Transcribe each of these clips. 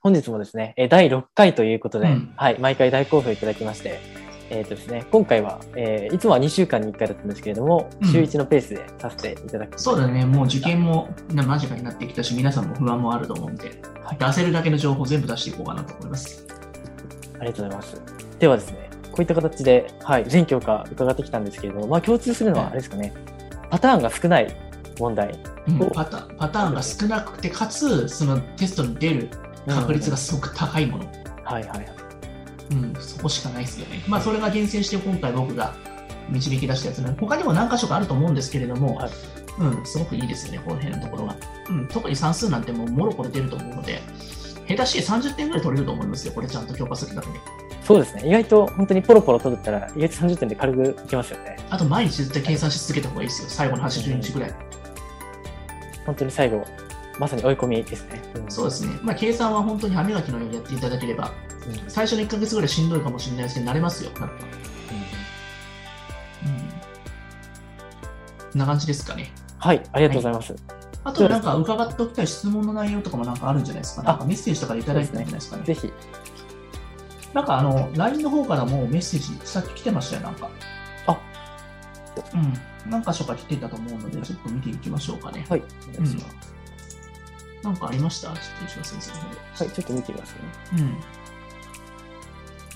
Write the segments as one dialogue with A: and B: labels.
A: 本日もですね、えー第6回ということで、
B: うん
A: はい、毎回大好評いただきまして、えーとですね、今回は、えーいつもは2週間に1回だったんですけれども、
B: うん
A: 週1のペースでさせていただく。
B: そうだね、もう受験もな間近になってきたし、皆さんも不安もあると思うんで、
A: はい
B: 出せるだけの情報全部出していこうかなと思います。
A: ありがとうございます。ではですね、こういった形で、はい、全教科伺ってきたんですけれども、まあ、共通するのはあれですかね、パターンが少ない問題。
B: うん
A: お
B: パタパターンが少なくて、かつそのテストに出る確率がすごく高いもの、
A: はいはいはい。
B: うん、そこしかないですよね。まあ、それが厳選して今回僕が導き出したやつなので、他にも何箇所かあると思うんですけれども、
A: はい
B: うん、すごくいいですよね、この辺のところが。うん、特に算数なんてもうもろころ出ると思うので、下手して30点ぐらい取れると思いますよ、これちゃんと強化するだけで。
A: そうですね、意外と本当にポロポロ取ったら、意外と30点で軽くいきますよね。
B: あと毎日絶対計算し続けた方がいいですよ、最後の80日ぐらい。
A: 本当に最後、まさに追い込みですね。うん
B: そうですね、まあ、計算は本当に歯磨きのようにやっていただければ、
A: うん
B: 最初の1ヶ月ぐらいしんどいかもしれないですけど、慣れますよ、なんかうん。こんな感じですかね。
A: はい、ありがとうございます。
B: あと、なんか伺っておきたい質問の内容とかもなんかあるんじゃないですか、
A: あ
B: なんかメッセージとかいただいてないんじゃないですかね。
A: ぜひ、
B: なんかあの、LINE の方からもメッセージ、さっき来てましたよ、なんか。
A: あ
B: うん。何箇所か来てたと思うので、ちょっと見ていきましょうかね。
A: はい、お願いします
B: なんかありましたちょっと石川先生の方で。
A: はい、ちょっと見てみますね。
B: うん。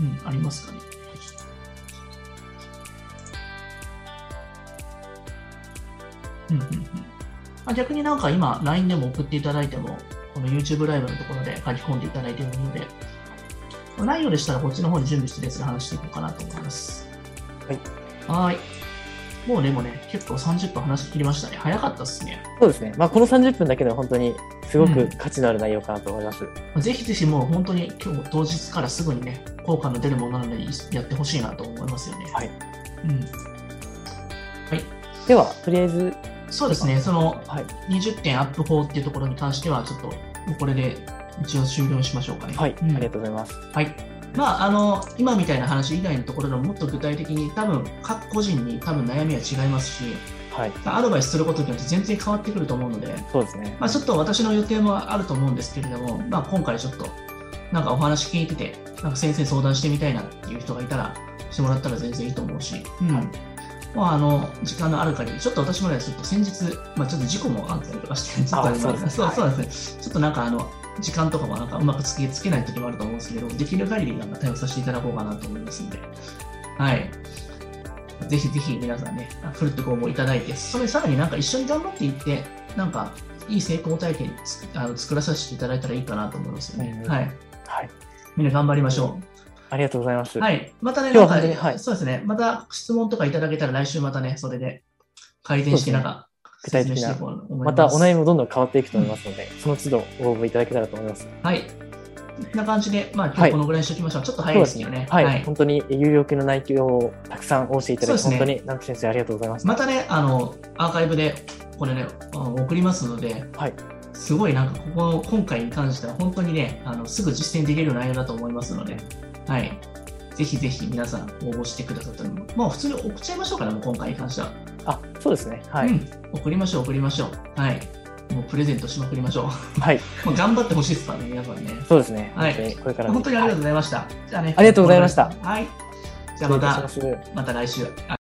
B: うん、ありますかね。うんうんうん。あ逆になんか今、LINE でも送っていただいても、この YouTube ライブのところで書き込んでいただいているので、ないようでしたらこっちの方に準備してですね、話していこうかなと思います。
A: はい。
B: はーい。もうでもね、結構30分話し切りましたね。早かったっすね。
A: そうですね、まあ、この30分だけでも本当にすご
B: う
A: く
B: ん
A: 価値のある内容かなと思います。
B: ぜひぜひもう本当に今日当日からすぐにね、効果の出るものなのでやってほしいなと思いますよね。
A: はい。
B: うん。
A: では、とりあえず、
B: そうですね、その
A: はい、
B: 20点アップ法っていうところに関しては、ちょっともうこれで一応終了しましょうかね。
A: はい、
B: うん
A: ありがとうございます。
B: はい。まあ、あの、今みたいな話以外のところでももっと具体的に、多分、各個人に多分悩みは違いますし、
A: はい、
B: アドバイスすることによって全然変わってくると思うので、
A: そうですね。
B: まあ、ちょっと私の予定もあると思うんですけれども、まあ、今回ちょっと、なんかお話聞いてて、なんか先生相談してみたいなっていう人がいたら、してもらったら全然いいと思うし、うん
A: はい
B: まあ、あの、時間のある限り、ちょっと私もね、ちょっと先日、まあ、ちょっと事故もあったりとかして、ちょっとあれなんです
A: あ
B: そう
A: そ
B: そううなんですね。ちょっとなんかあの、時間とかもなんかうまくつけつけない時もあると思うんですけど、できる限りなんか対応させていただこうかなと思いますんで、はい。ぜひぜひ皆さんね、フルットご応募いただいて、それさらになんか一緒に頑張っていって、なんかいい成功体験つあの作らさせていただいたらいいかなと思いますよね。
A: うん
B: はい。
A: はい、
B: みんな頑張りましょ
A: ありがとうございます。
B: う。はい。またね、
A: 今
B: な
A: 日
B: ん
A: は本当
B: か、
A: にはい
B: そうですね。また質問とかいただけたら来週またね、それで改善して、なんか、
A: そうですね
B: 説明していこうと思い
A: またお悩みもどんどん変わっていくと思いますので、その都度ご応募いただけたらと思います。
B: はい。こんな感じで、まあ、今
A: は
B: 日
A: い
B: このぐらいにしておきましょう。ちょっと
A: そう
B: 早いで
A: ですす
B: け
A: ね
B: どね。
A: はい、本当に有料級の内容をたくさんお教えいただき、
B: そうですね
A: 本当に南木先生ありがとうございました。
B: またね、あの、アーカイブで、これね、あの送りますので、
A: はい
B: すごいなんか、ここの、今回に関しては、本当にね、あの、すぐ実践できる内容だと思いますので、はい。ぜひぜひ皆さん応募してくださったら、まあ普通に送っちゃいましょうかね、もう今回に関しては。
A: あ、そうですね。はい。
B: うん。送りましょう、送りましょう。はい。もうプレゼントしまくりましょう。
A: はい。
B: もう頑張ってほしいですからね、皆さんね。
A: そうですね。
B: はい
A: 本当にこれからも
B: 本当にありがとうございました。じゃあね。
A: ありがとうございました
B: はい。じゃあまた、
A: 失礼いします
B: また来週。